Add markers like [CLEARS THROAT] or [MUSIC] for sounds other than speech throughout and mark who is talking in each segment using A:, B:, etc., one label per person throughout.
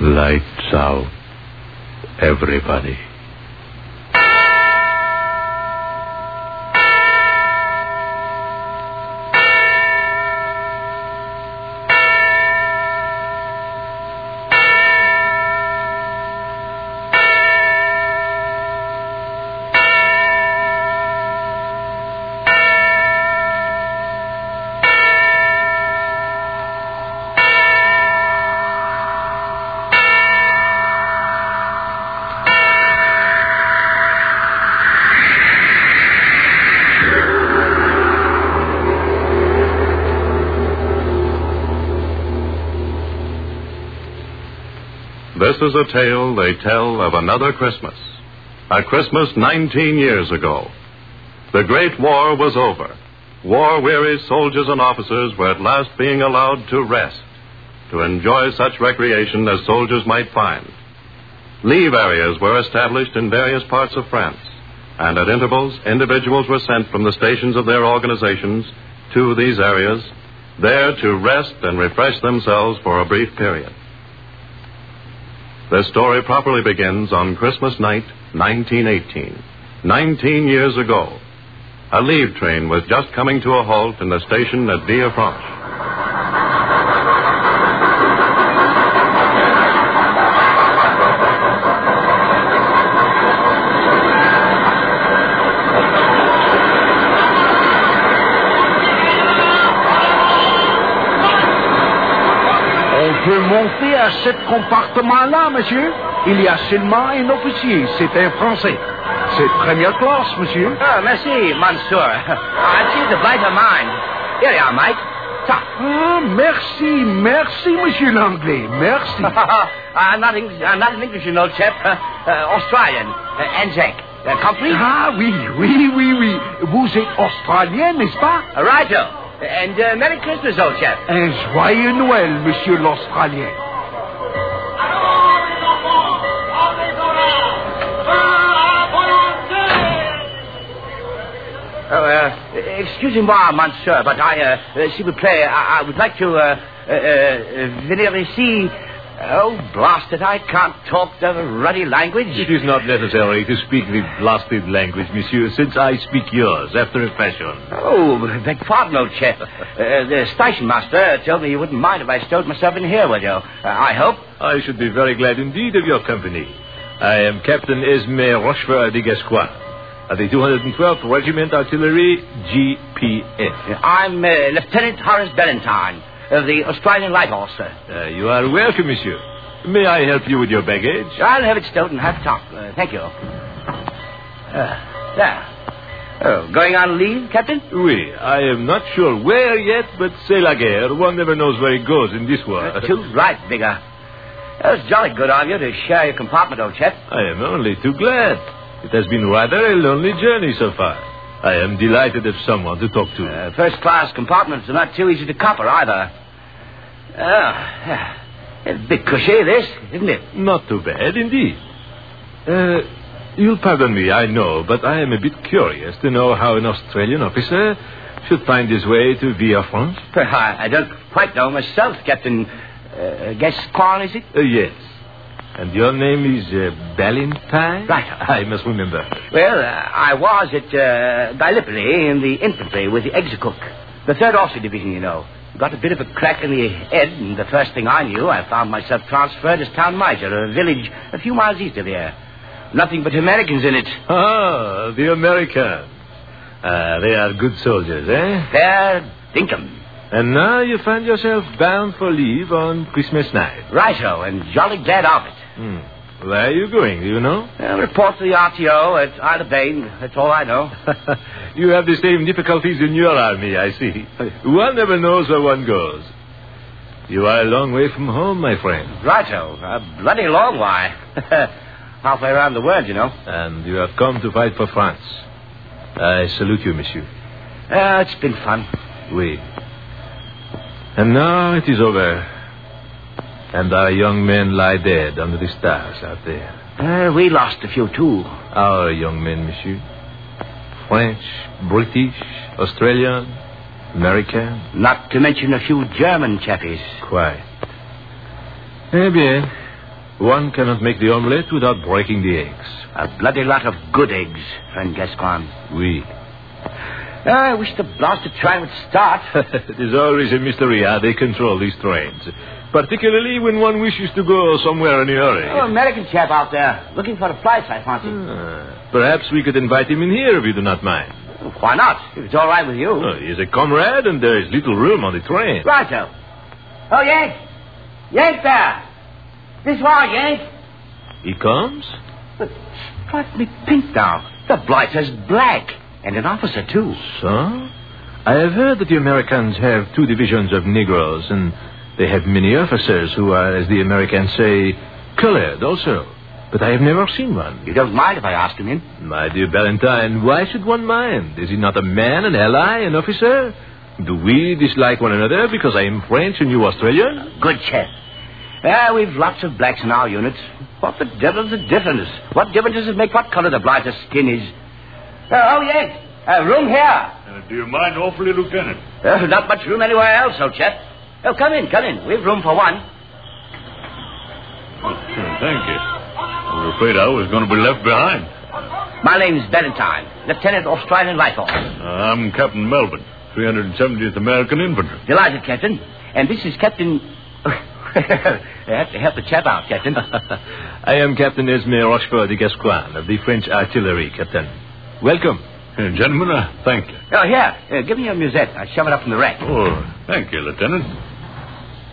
A: Lights out. Everybody. This is a tale they tell of another Christmas. A Christmas 19 years ago. The Great War was over. War weary soldiers and officers were at last being allowed to rest, to enjoy such recreation as soldiers might find. Leave areas were established in various parts of France, and at intervals, individuals were sent from the stations of their organizations to these areas, there to rest and refresh themselves for a brief period. This story properly begins on Christmas night, 1918. Nineteen years ago, a leave train was just coming to a halt in the station at Villefranche.
B: On peut monter à cet compartiment-là, monsieur. Il y a seulement un officier. C'est un Français. C'est première classe, monsieur.
C: Oh, merci, Monsieur. [LAUGHS] I see the bite of mine. Here you are, Mike. Stop.
B: Ah, merci, merci, monsieur l'anglais.
C: [LAUGHS]
B: Merci.
C: I'm not English. I'm not an English, you know, chap. [LAUGHS] Uh, uh, Australian. Uh, and Jack. Uh, complete?
B: ah oui, oui, oui, oui. Vous êtes australien, n'est-ce pas?
C: Uh, righto. And uh, Merry Christmas, old chap.
B: Un joyeux Noël, monsieur l'australien.
C: Oh, uh, excuse me, Monsieur, but I, uh, uh, s'il vous plaît, I, I would like to, uh, uh, uh, venir ici. Oh, blast it, I can't talk the ruddy language.
D: It is not necessary to speak the blasted language, monsieur, since I speak yours after a fashion.
C: Oh, beg pardon, old chap. Uh, the station master told me you wouldn't mind if I stowed myself in here with you. Uh, I hope.
D: I should be very glad indeed of your company. I am Captain Esme Rochefort de Gascoigne of the 212th Regiment Artillery GPF.
C: I'm uh, Lieutenant Horace Ballantyne of the Australian Light Horse, sir.
D: Uh, you are welcome, monsieur. May I help you with your baggage?
C: I'll have it stowed and have top. Uh, thank you. Uh, there. Oh, going on leave, Captain?
D: Oui, I am not sure where yet, but c'est la guerre. One never knows where it goes in this war.
C: [LAUGHS] Too right, Bigger. That was jolly good on you to share your compartment, old chap.
D: I am only too glad. It has been rather a lonely journey so far. I am delighted of someone to uh, talk to.
C: Uh, first class compartments are not too easy to copper either. Oh, yeah. It's a bit cushy, this, isn't it?
D: Not too bad, indeed. Uh, you'll pardon me, I know, but I am a bit curious to know how an Australian officer should find his way to Villafranche.
C: I, I don't quite know myself, Captain. Uh, Gascon, is it?
D: Uh, yes. And your name is uh, Ballantyne?
C: Right.
D: I must remember.
C: Well, uh, I was at uh, Gallipoli in the infantry with the Execook, the third officer division, you know. Got a bit of a crack in the head, and the first thing I knew, I found myself transferred as town major, a village a few miles east of here. Nothing but Americans in it.
D: Ah, the Americans. Ah, they are good soldiers, eh?
C: Fair dinkum.
D: And now you find yourself bound for leave on Christmas night.
C: Righto, and jolly glad of it.
D: Hmm. Where are you going, do you know? [LAUGHS]
C: Uh, report to the RTO at Ida Bain. That's all I know.
D: you have the same difficulties in your army, I see. One never knows where one goes. You are a long way from home, my friend.
C: Righto, a bloody long way. [LAUGHS] Halfway around the world, you know.
D: And you have come to fight for France. I salute you, monsieur.
C: Uh, it's been fun.
D: Oui. And now it is over. And our young men lie dead under the stars out there.
C: Uh, we lost a few, too.
D: Our young men, monsieur. French, British, Australian, American.
C: Not to mention a few German chappies.
D: Quite. Eh bien, One cannot make the omelette without breaking the eggs.
C: A bloody lot of good eggs, friend Gascoigne. Uh,
D: Oui. [LAUGHS]
C: I wish the blasted train would start. [LAUGHS]
D: it is always a mystery how they control these trains, particularly when one wishes to go somewhere in a hurry.
C: oh, American chap out there, looking for a flight, I fancy.
D: Ah, perhaps we could invite him in here if you do not mind.
C: Oh, Why not? If it's all right with you.
D: Oh, he is a comrade, and there is little room on the train.
C: Righto. Oh, Yank. Yank there. This way, Yank.
D: He comes?
C: But strike me pink now. The blighter's black. And an officer, too.
D: So? I have heard that the Americans have two divisions of Negroes, and they have many officers who are, as the Americans say, colored also. But I have never seen one.
C: You don't mind if I ask him in?
D: My dear Valentine, why should one mind? Is he not a man, an ally, an officer? Do we dislike one another because I am French and you Australian?
C: Good chap. Ah, we've lots of blacks in our unit. What the devil's the difference? What difference does it make what color the blighter's skin is? Uh, oh, yes. Uh, room here.
A: do you mind awfully, Lieutenant?
C: Uh, not much room anywhere else, old chap. Oh, come in, come in. We've room for one.
A: Thank you. I was afraid I was going to be left behind.
C: My name's Valentine, Lieutenant Australian Life Officer.
A: Uh, I'm Captain Melbourne, 370th American Infantry.
C: Delighted, Captain. And this is Captain... I have to help the chap out,
D: [LAUGHS]
C: Captain. [LAUGHS]
D: I am Captain Esme Rochefort de Gascoigne of the French Artillery, Captain. Welcome.
A: Uh, Gentlemen, uh, thank you.
C: oh, here. Uh, give me your musette. I'll shove it up in the rack.
A: Oh, thank you, Lieutenant.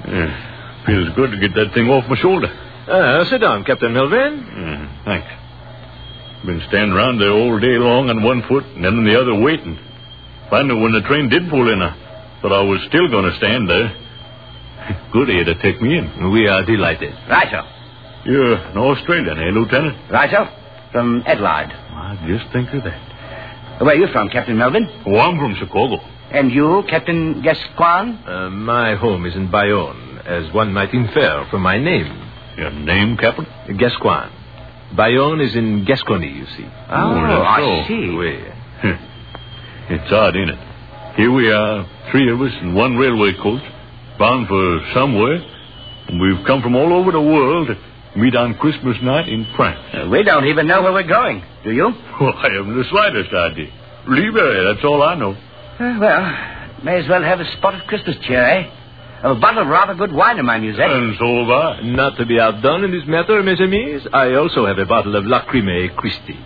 A: Yeah, feels good to get that thing off my shoulder.
D: Ah, sit down, Captain Melvin.
A: Mm, thanks. Been standing around there all day long on one foot and then on the other waiting. Finally, when the train did pull in, I thought I was still going to stand there. [LAUGHS] Good of you to take me in.
D: We are delighted.
C: Righto.
A: You're an Australian, eh, Lieutenant?
C: Righto. From Adelaide.
A: I just think of that.
C: Where are you from, Captain Melvin?
A: Oh, I'm from Chicago.
C: And you, Captain Gascoigne?
D: Uh, my home is in Bayonne, as one might infer from my name,
A: Your name, Captain?
D: Gascoigne. Bayonne is in Gascony, you see.
C: Oh, I
A: that's so.
C: see.
D: Oui.
A: [LAUGHS] It's odd, ain't it? Here we are, three of us in one railway coach, bound for somewhere. And we've come from all over the world to meet on Christmas night in France. [LAUGHS]
C: Uh, we don't even know where we're going, do you?
A: Well, I haven't the slightest idea. Leeberry, that's all I know.
C: Uh, well, may as well have a spot of Christmas cheer, eh? A bottle of rather good wine in my musette.
A: And so have I.
D: Not to be outdone in this matter, mes amis, I also have a bottle of Lacrimae Christi.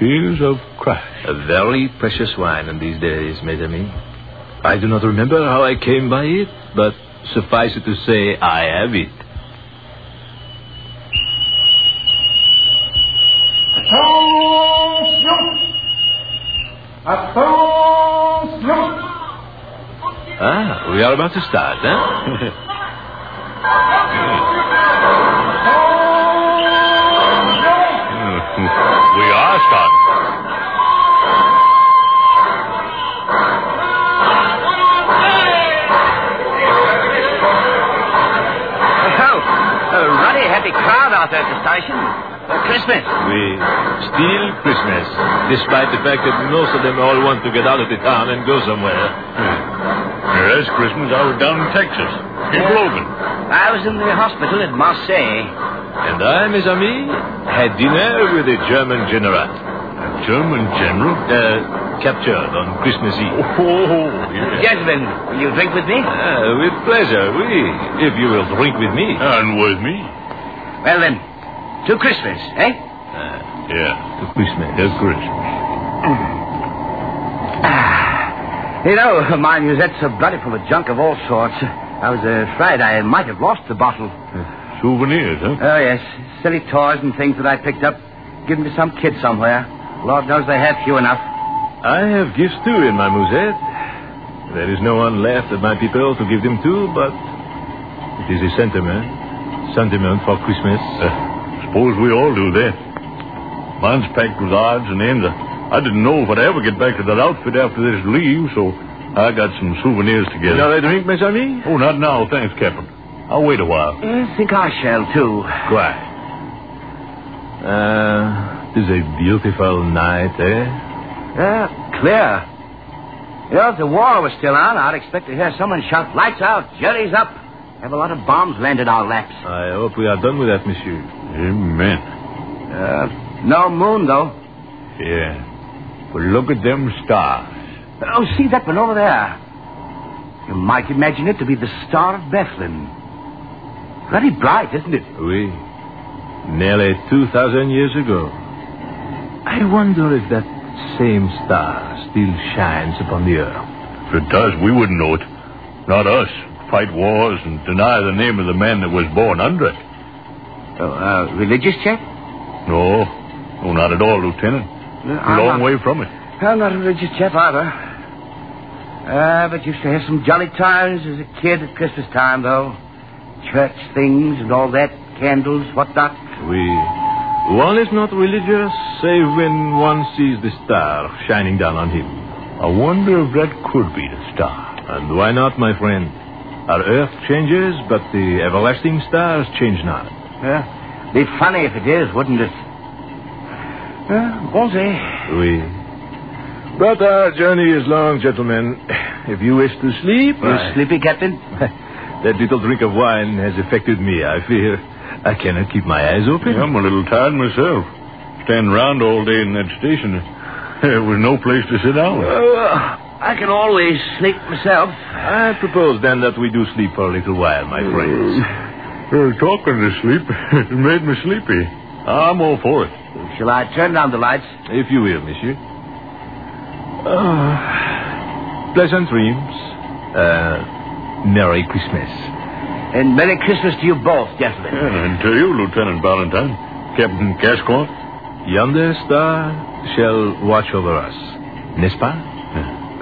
A: Tears of Christ.
D: A very precious wine in these days, mes amis. I do not remember how I came by it, but suffice it to say, I have it.
B: Attention! Attention!
D: Ah, we are about to start, [LAUGHS] huh?
A: We are starting.
C: Oh, a ruddy, happy crowd out there at the station. For Christmas.
D: We still Christmas, despite the fact that most of them all want to get out of the town and go somewhere.
A: Yes, Hmm. Christmas, I was down in Texas, in Logan.
C: I was in the hospital at Marseille.
D: And I, mes amis, had dinner with a German general,
A: A German general?
D: uh, captured on Christmas Eve.
A: Oh, yes.
C: Gentlemen, will you drink with me?
D: Ah, with pleasure, we, if you will drink with me.
A: And with me.
C: Well, then, to Christmas, eh?
A: Yeah.
D: Uh, To Christmas.
A: Yes, Christmas.
C: You know, [LAUGHS] my musette's so bloody full of junk of all sorts. I was afraid I might have lost the bottle.
A: Souvenirs, huh?
C: Oh, yes. Silly toys and things that I picked up. Given to some kid somewhere. Lord knows they have few enough.
D: I have gifts too in my musette. There is no one left of my people to give them to, but it is a sentiment. Sentiment for
E: [LAUGHS]
D: Christmas.
A: Uh, suppose we all do that. Mine's packed with odds and ends. I didn't know if I'd ever get back to that outfit after this leave, so I got some souvenirs together.
D: Another drink, mes amis?
A: Oh, not now, thanks, Captain. I'll wait a while.
C: I think I shall, too.
D: Why? Uh, it is a beautiful night, eh?
C: Yeah, Uh, clear. You know, if the war was still on, I'd expect to hear someone shout, lights out, jury's up. Have a lot of bombs land in our laps.
D: I hope we are done with that, monsieur.
E: Amen.
C: Uh, no moon, though.
E: Yeah. But look at them stars.
C: Oh, see that one over there. You might imagine it to be the Star of Bethlehem. Very bright, isn't it?
D: Oui. Nearly 2,000 years ago. I wonder if that same star still shines upon the earth.
E: If it does, we wouldn't know it. Not us. Fight wars and deny the name of the man that was born under it.
C: Oh, uh, religious chap?
E: No. No, not at all, Lieutenant.
C: I'm
E: Long
C: not-
E: way from it.
C: I'm not a religious chap either. Uh, but used to have some jolly times as a kid at Christmas time, though. Church things and all that, candles, whatnot.
D: We. One is not religious save when one sees the star shining down on him.
E: I wonder if that could be the star.
D: And why not, my friend? Our earth changes, but the everlasting stars change not.
C: Yeah. Be funny if it is, wouldn't it? Uh, Bonze.
D: We. But our journey is long, gentlemen. [CLEARS THROAT] If you wish to sleep,
C: You sleepy, [LAUGHS] Captain?
D: that little drink of wine has affected me, I fear. I cannot keep my eyes open.
E: I'm a little tired myself. Standing around all day in that station, there was no place to sit down.
C: Oh, uh, I can always sleep myself.
D: I propose then that we do sleep for a little while, my friends.
E: Uh, talking to sleep [LAUGHS] it made me sleepy. I'm all for it.
C: Shall I turn down the lights?
D: If you will, monsieur. Ah, pleasant dreams. Uh, Merry Christmas.
C: And Merry Christmas to you both, gentlemen.
E: And to you, Lieutenant Valentine, Captain Gascoigne.
D: Yonder star shall watch over us, n'est-ce pas?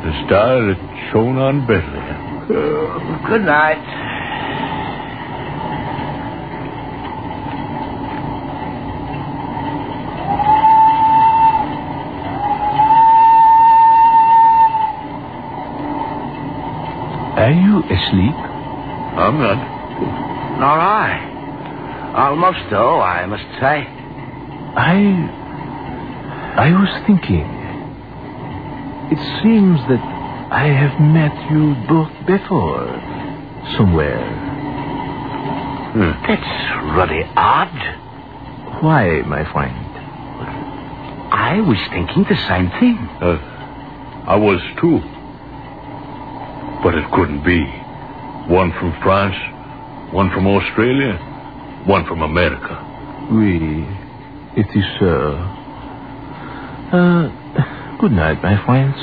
E: The star that shone on Bethlehem.
C: Uh, Good night.
D: Are you asleep?
E: I'm not.
C: Nor I. Almost, though, I must say.
D: I. I was thinking. It seems that I have met you both before, somewhere.
C: Hmm. That's ruddy odd.
D: Why, my friend?
C: I was thinking the same thing.
E: Uh, I was too. But it couldn't be. One from France, one from Australia, one from America.
D: Oui, it is so. Uh, good night, my friends.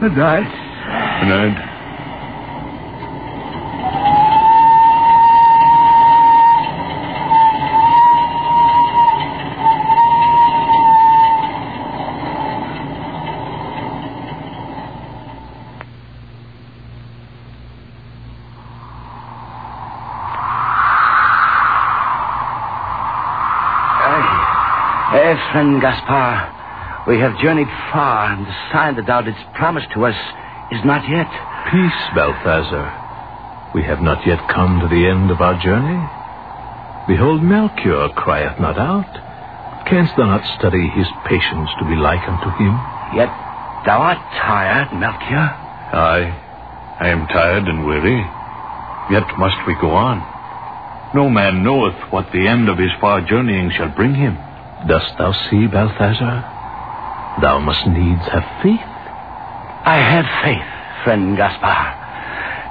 C: Good night.
E: And
C: Eh, friend Gaspar, we have journeyed far, and the sign that thou didst promise to us is not yet.
D: Peace, Balthazar. We have not yet come to the end of our journey. Behold, Melchior crieth not out. Canst thou not study his patience to be like unto him?
C: Yet thou art tired, Melchior.
E: I, I am tired and weary. Yet must we go on. No man knoweth what the end of his far journeying shall bring him.
D: Dost thou see, Balthazar? Thou must needs have faith.
C: I have faith, friend Gaspar.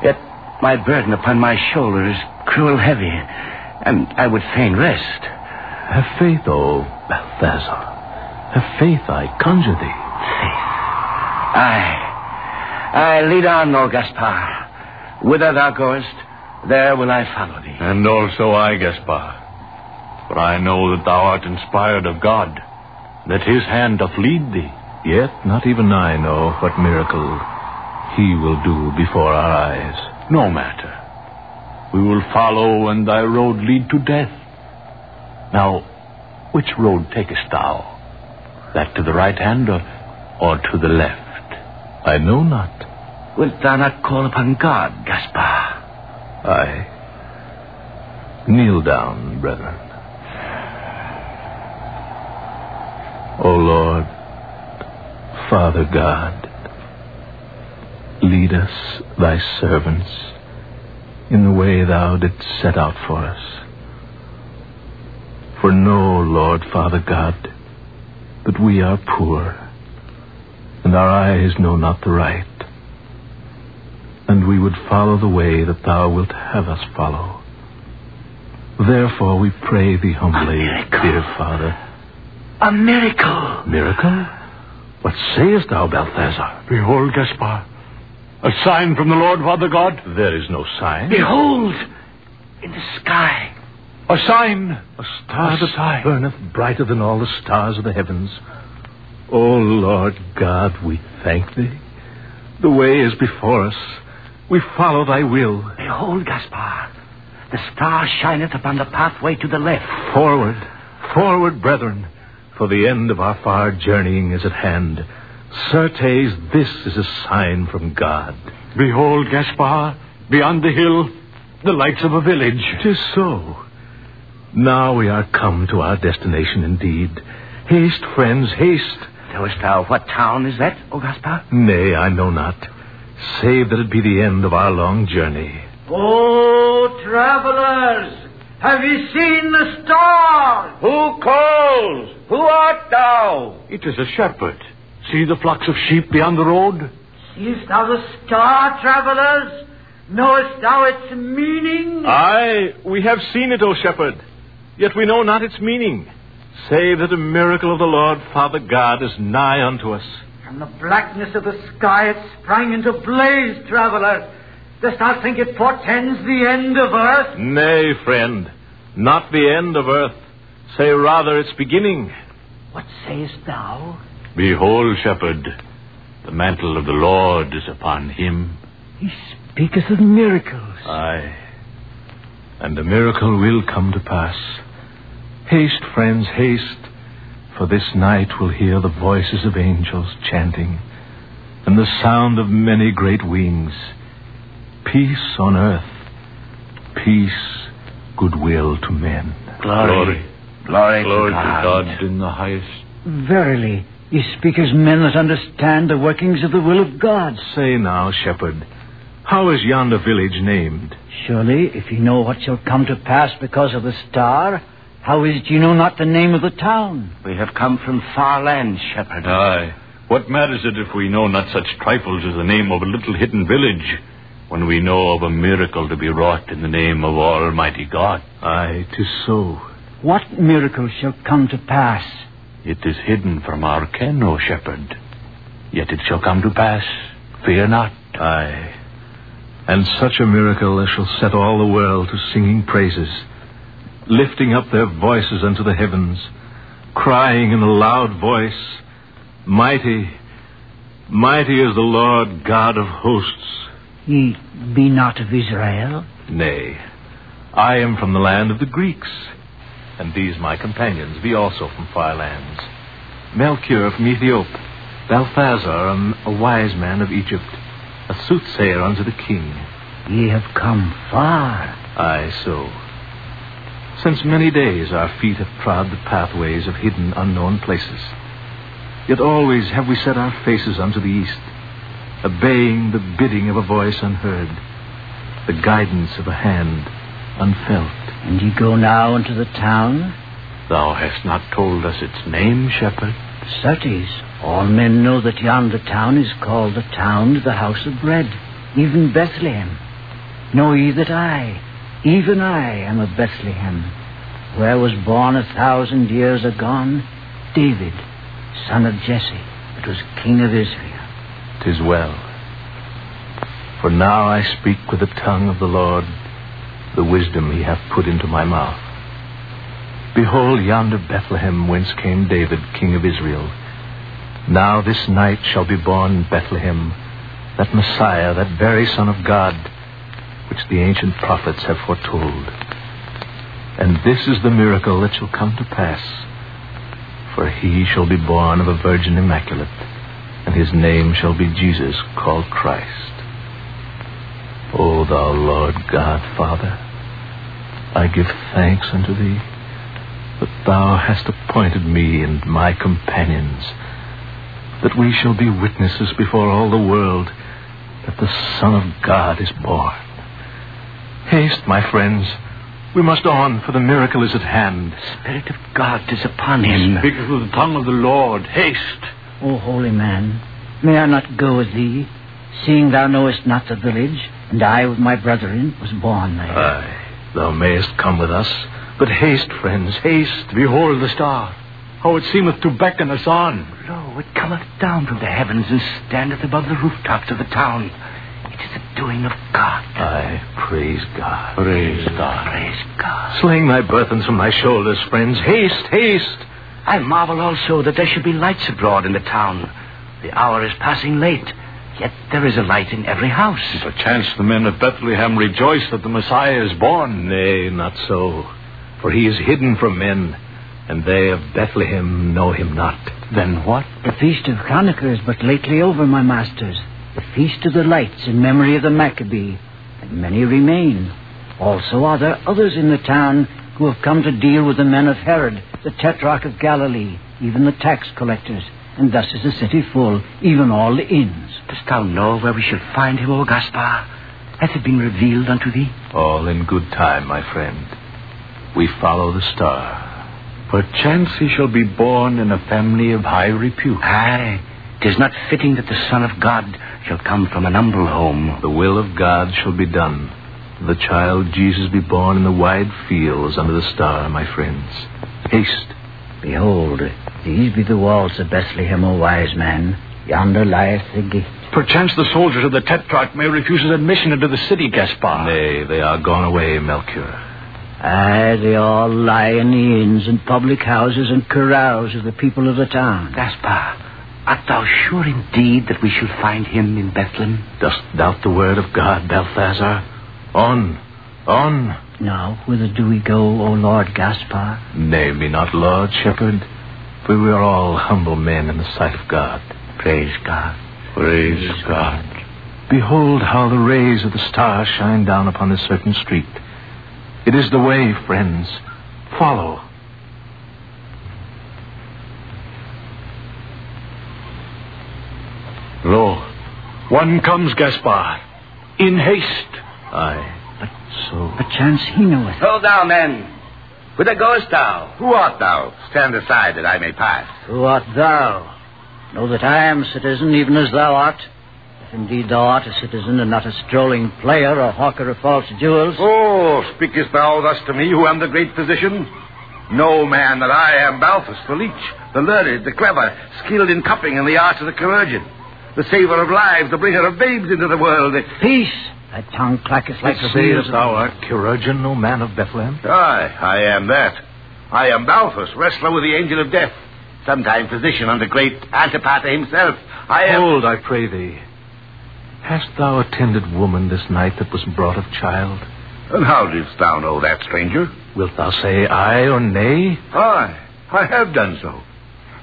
C: Yet my burden upon my shoulder is cruel heavy, and I would fain rest.
D: Have faith, O Balthazar. Have faith, I conjure thee.
C: Aye. Aye, lead on, O Gaspar. Whither thou goest, there will I follow thee.
E: And also I, Gaspar. For I know that thou art inspired of God, that his hand doth lead thee.
D: Yet not even I know what miracle he will do before our eyes.
E: No matter. We will follow, and thy road lead to death. Now, which road takest thou? That to the right hand or, or to the left?
D: I know not.
C: Wilt thou not call upon God, Gaspar?
D: I kneel down, brethren. O Lord, Father God, lead us, thy servants, in the way thou didst set out for us. For know, Lord Father God, that we are poor, and our eyes know not the right, and we would follow the way that thou wilt have us follow. Therefore we pray thee humbly, dear Father.
F: A miracle!
D: Miracle? What sayest thou, Balthazar?
E: Behold, Gaspar, a sign from the Lord Father God.
D: There is no sign.
F: Behold! In the sky.
E: A sign.
D: A star
E: A
D: that
E: sign.
D: burneth brighter than all the stars of the heavens. O Lord God, we thank thee. The way is before us. We follow thy will.
F: Behold, Gaspar. The star shineth upon the pathway to the left.
D: Forward, forward, brethren, for the end of our far journeying is at hand. Certes, this is a sign from God.
E: Behold, Gaspar, beyond the hill, the lights of a village.
D: Tis so. Now we are come to our destination indeed. Haste, friends, haste.
C: Knowest thou what town is that, O Gaspar?
D: Nay, I know not, save that it be the end of our long journey.
F: Oh, travelers! Have ye seen the star?
C: Who calls? Who art thou?
E: It is a shepherd. See the flocks of sheep beyond the road?
F: Seest thou the star, travelers? Knowest thou its meaning?
D: Aye, we have seen it, O shepherd, yet we know not its meaning, save that a miracle of the Lord Father God is nigh unto us.
F: From the blackness of the sky it sprang into blaze, traveler. Dost thou think it portends the end of earth?
D: Nay, friend, not the end of earth, say rather its beginning.
F: What sayest thou?
E: Behold, shepherd, the mantle of the Lord is upon him.
F: He speaketh of miracles.
C: Ah,
D: Aye, and the miracle will come to pass. Haste, friends, haste, for this night we'll hear the voices of angels chanting, and the sound of many great wings. Peace on earth, peace, goodwill to men.
E: Glory.
C: Glory,
E: Glory to God in the highest.
G: Verily, ye speak as men that understand the workings of the will of God.
D: Say now, shepherd, how is yonder village named?
G: Surely, if ye know what shall come to pass because of the star, how is it ye know not the name of the town?
C: We have come from far lands, shepherd.
E: Aye. What matters it if we know not such trifles as the name of a little hidden village, when we know of a miracle to be wrought in the name of Almighty God?
D: Aye, tis so.
G: What miracle shall come to pass?
E: It is hidden from our ken, O shepherd. Yet it shall come to pass. Fear not.
D: Aye. And such a miracle as shall set all the world to singing praises, lifting up their voices unto the heavens, crying in a loud voice, Mighty, mighty is the Lord God of hosts.
G: Ye be not of Israel.
D: Nay, I am from the land of the Greeks, and these my companions be also from far lands. Melchior from Ethiop, Balthazar, um, a wise man of Egypt, a soothsayer unto the king.
G: Ye have come far.
D: Aye, so. Since many days our feet have trod the pathways of hidden, unknown places. Yet always have we set our faces unto the east, obeying the bidding of a voice unheard, the guidance of a hand unfelt.
G: And ye go now into the town?
E: Thou hast not told us its name, shepherd.
G: Certes, all men know that yonder town is called the town of the house of bread, even Bethlehem. Know ye that I, even I, am of Bethlehem, where was born a thousand years agone David, son of Jesse, that was king of Israel.
D: Tis well. For now I speak with the tongue of the Lord, the wisdom he hath put into my mouth. Behold yonder Bethlehem whence came David, king of Israel. Now this night shall be born in Bethlehem that Messiah, that very Son of God, which the ancient prophets have foretold. And this is the miracle that shall come to pass. For he shall be born of a virgin immaculate, and his name shall be Jesus, called Christ. O thou Lord God, Father, I give thanks unto thee that thou hast appointed me and my companions, that we shall be witnesses before all the world that the Son of God is born. Haste, my friends. We must on, for the miracle is at hand.
C: Spirit of God is upon him.
H: Speaketh with the tongue of the Lord. Haste.
C: O holy man, may I not go with thee, seeing thou knowest not the village, and I with my brethren was born there.
D: Aye, thou mayest come with us. But haste, friends, haste. Behold the star. How it seemeth to beckon us on.
C: Lo, it cometh down from the heavens and standeth above the rooftops of the town. It is the doing of God.
D: Aye, praise God.
H: Praise God.
C: Praise God.
D: Sling thy burthens from thy shoulders, friends. Haste, haste.
C: I marvel also that there should be lights abroad in the town. The hour is passing late, yet there is a light in every house.
H: Perchance the men of Bethlehem rejoice that the Messiah is born.
D: Nay, not so. For he is hidden from men, and they of Bethlehem know him not.
H: Then what?
C: The feast of Hanukkah is but lately over, my masters. The feast of the lights in memory of the Maccabee, and many remain. Also are there others in the town who have come to deal with the men of Herod, the tetrarch of Galilee, even the tax collectors. And thus is the city full, even all the inns. Dost thou know where we shall find him, O Gaspar? Hath it been revealed unto thee?
D: All in good time, my friend. We follow the star.
H: Perchance he shall be born in a family of high repute.
C: Aye, 'tis not fitting that the Son of God shall come from an humble home.
D: The will of God shall be done. The child Jesus be born in the wide fields under the star, my friends. Haste.
C: Behold, these be the walls of Bethlehem, O wise man. Yonder lieth the gate.
H: Perchance the soldiers of the Tetrarch may refuse us admission into the city, Gaspar.
D: Nay, they are gone away, Melchior.
C: Aye, they all lie in the inns and public houses and corrals of the people of the town. Gaspar, art thou sure indeed that we shall find him in Bethlehem?
D: Dost doubt the word of God, Balthazar? On, on.
C: Now, whither do we go, O Lord Gaspar?
D: Nay, me not Lord Shepherd, for we are all humble men in the sight of God.
C: Praise God.
H: Praise God.
D: Behold how the rays of the star shine down upon this certain street. It is the way, friends. Follow.
H: Lo, one comes, Gaspar. In haste.
D: Aye, but so.
C: Perchance he knoweth.
A: Hold thou, men. Whither goest thou? Who art thou? Stand aside that I may pass.
C: Who art thou? Know that I am citizen, even as thou art. If indeed thou art a citizen and not a strolling player or hawker of false jewels.
B: Oh, speakest thou thus to me, who am the great physician? No man that I am Balthus, the leech, the learned, the clever, skilled in cupping and the arts of the chirurgeon, the saver of lives, the bringer of babes into the world.
C: Peace! Thy tongue clacketh like the
D: Say
C: wheels
D: that
C: of-
D: thou art chirurgeon, O man of Bethlehem.
B: Aye, I am that. I am Balthus, wrestler with the angel of death, sometime physician unto great Antipater himself. I
D: Hold, I pray thee. Hast thou attended woman this night that was brought of child?
B: Oh, And how didst thou know that, stranger?
D: Wilt thou say aye or nay?
B: Aye, I have done so.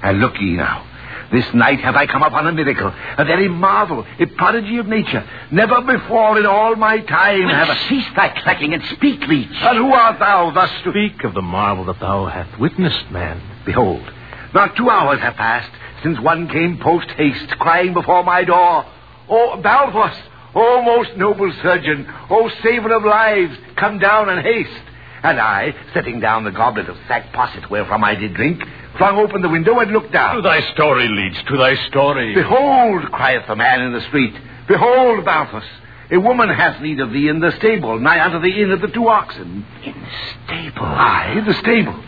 B: And look ye now. This night have I come upon a miracle, a very marvel, a prodigy of nature. Never before in all my time have I.
A: Cease thy clacking and speak, leech.
B: And who art thou thus to.
D: Speak of the marvel that thou hast witnessed, man.
B: Behold, not two hours have passed since one came post haste, crying before my door, O Balthus, O most noble surgeon, O saver of lives, come down and haste. And I, setting down the goblet of sack posset wherefrom I did drink, flung open the window and looked down.
H: To thy story, Leech, to thy story.
B: Behold, crieth the man in the street. Behold, Balthus, a woman hath need of thee in the stable, nigh unto the inn of the two oxen.
C: In the stable.
B: Aye, in the stable.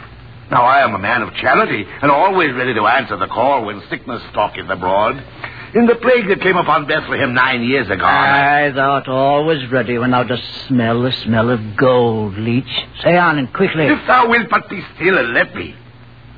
B: Now I am a man of charity, and always ready to answer the call when sickness stalketh abroad. In the plague that came upon Bethlehem nine years ago.
C: Aye, thou art always ready when thou dost smell the smell of gold, leech. Say on and quickly.
B: If thou wilt but be still and let me.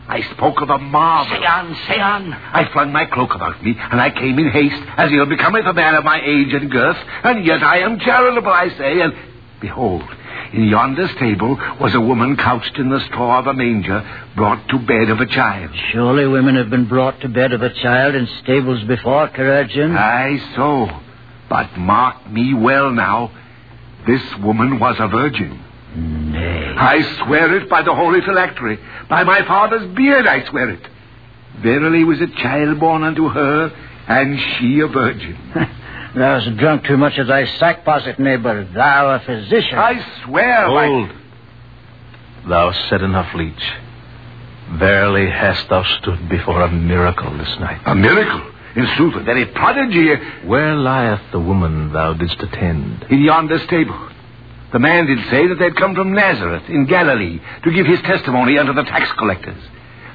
B: I spoke of a marvel.
C: Say on, say on.
B: I flung my cloak about me, and I came in haste, as ill becometh a man of my age and girth, and yet I am charitable, I say, and behold, in yonder stable was a woman couched in the straw of a manger, brought to bed of a child.
C: Surely women have been brought to bed of a child in stables before, Couragin.
B: Aye, so. But mark me well now. This woman was a virgin.
C: Nay. [LAUGHS]
B: I swear it by the holy phylactery. By my father's beard, I swear it. Verily was a child born unto her, and she a virgin.
G: Thou hast drunk too much of thy sack posset, neighbor. Thou a physician.
B: I swear by...
D: Hold. Thou said enough, leech. Verily hast thou stood before a miracle this night.
B: A miracle? In sooth, a very prodigy uh,
D: Where lieth the woman thou didst attend?
B: in yonder stable. The man did say that they had come from Nazareth in Galilee to give his testimony unto the tax collectors.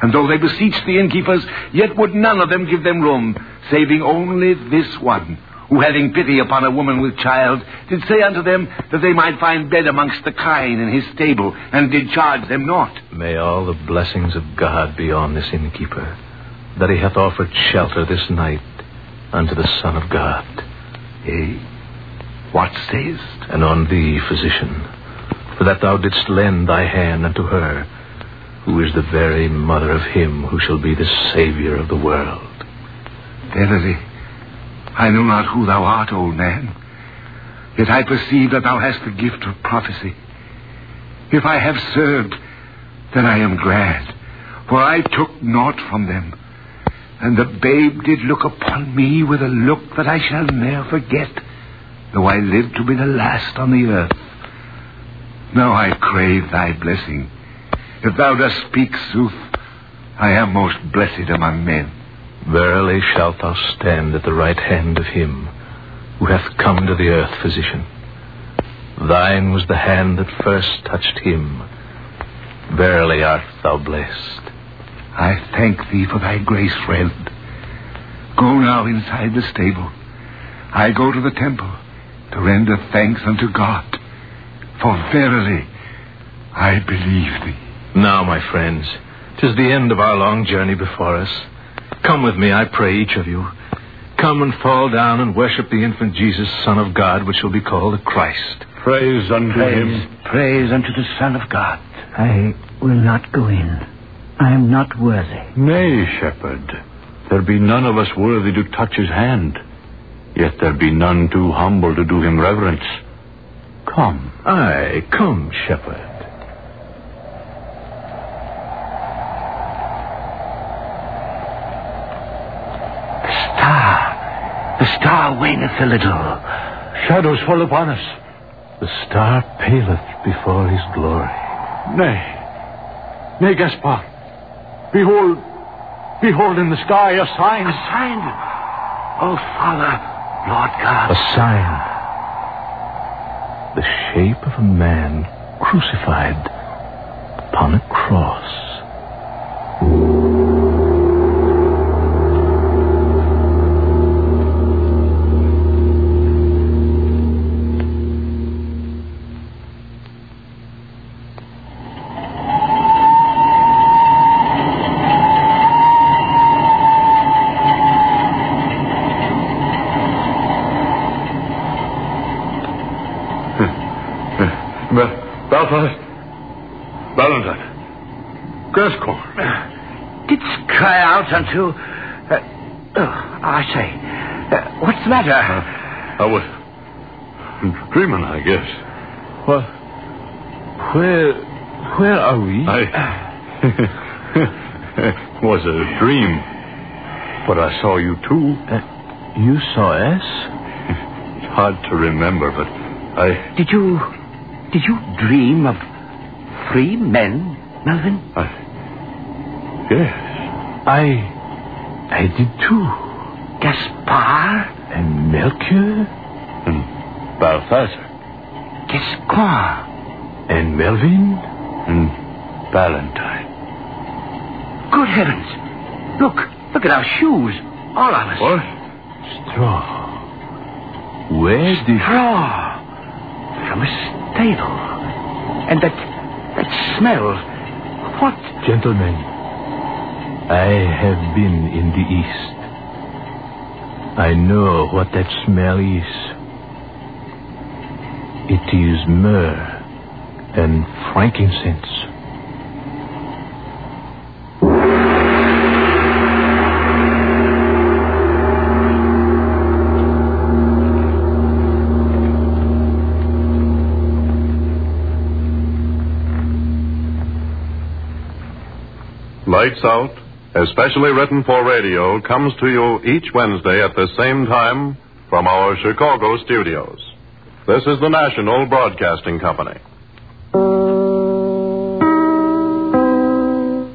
B: And though they beseeched the innkeepers, yet would none of them give them room, saving only this one, who having pity upon a woman with child, did say unto them that they might find bed amongst the kine in his stable, and did charge them naught.
D: May all the blessings of God be on this innkeeper, that he hath offered shelter this night unto the Son of God,
B: Yea, what sayest?
D: and on thee, physician, for that thou didst lend thy hand unto her, who is the very mother of him who shall be the Savior of the world.
B: Verily, I know not who thou art, old man. Yet I perceive that thou hast the gift of prophecy. If I have served, then I am glad, for I took naught from them. And the babe did look upon me with a look that I shall ne'er forget, though I live to be the last on the earth. Now I crave thy blessing. If thou dost speak sooth, I am most blessed among men.
D: Verily shalt thou stand at the right hand of him who hath come to the earth, physician. Thine was the hand that first touched him. Verily art thou blessed.
B: I thank thee for thy grace, friend. Go now inside the stable. I go to the temple to render thanks unto God. For verily, I believe thee.
D: Now, my friends, 'tis the end of our long journey before us. Come with me, I pray, each of you. Come and fall down and worship the infant Jesus, Son of God, which shall be called the Christ.
E: Praise unto him.
G: praise unto the Son of God. I will not go in. I am not worthy.
E: Nay, shepherd, there be none of us worthy to touch his hand, yet there be none too humble to do him reverence. Come.
D: Aye, come, shepherd.
B: Star, the star waneth a little.
E: Shadows fall upon us.
D: The star paleth before his glory.
E: Nay, nay, Gaspar. Behold, behold in the sky a sign.
B: Sign, O Father, Lord God.
D: A sign. The shape of a man crucified upon a cross.
E: Bel- Belfast. Valentine. Gascon.
C: Didst cry out unto. Uh, oh, I say, uh, what's the matter?
E: I was dreaming, I guess.
D: What? Where? Where are we?
E: I. [LAUGHS] was a dream. But I saw you too.
D: You saw us?
E: It's hard to remember, but I.
C: Did you. Did you dream of three men, Melvin?
E: I yes.
D: I. I did too.
C: Gaspar?
D: And Melchior? Hmm.
E: And Balthazar.
C: Gascon.
D: And Melvin? Hmm.
E: And Valentine.
C: Good heavens. Look, look at our shoes. All of us.
E: What?
D: Straw. Where did.
C: Straw. From a stable. And that. that smell. What?
D: Gentlemen, I have been in the East. I know what that smell is. It is myrrh and frankincense.
A: Lights Out, especially written for radio, comes to you each Wednesday at the same time from our Chicago studios. This is the National Broadcasting Company.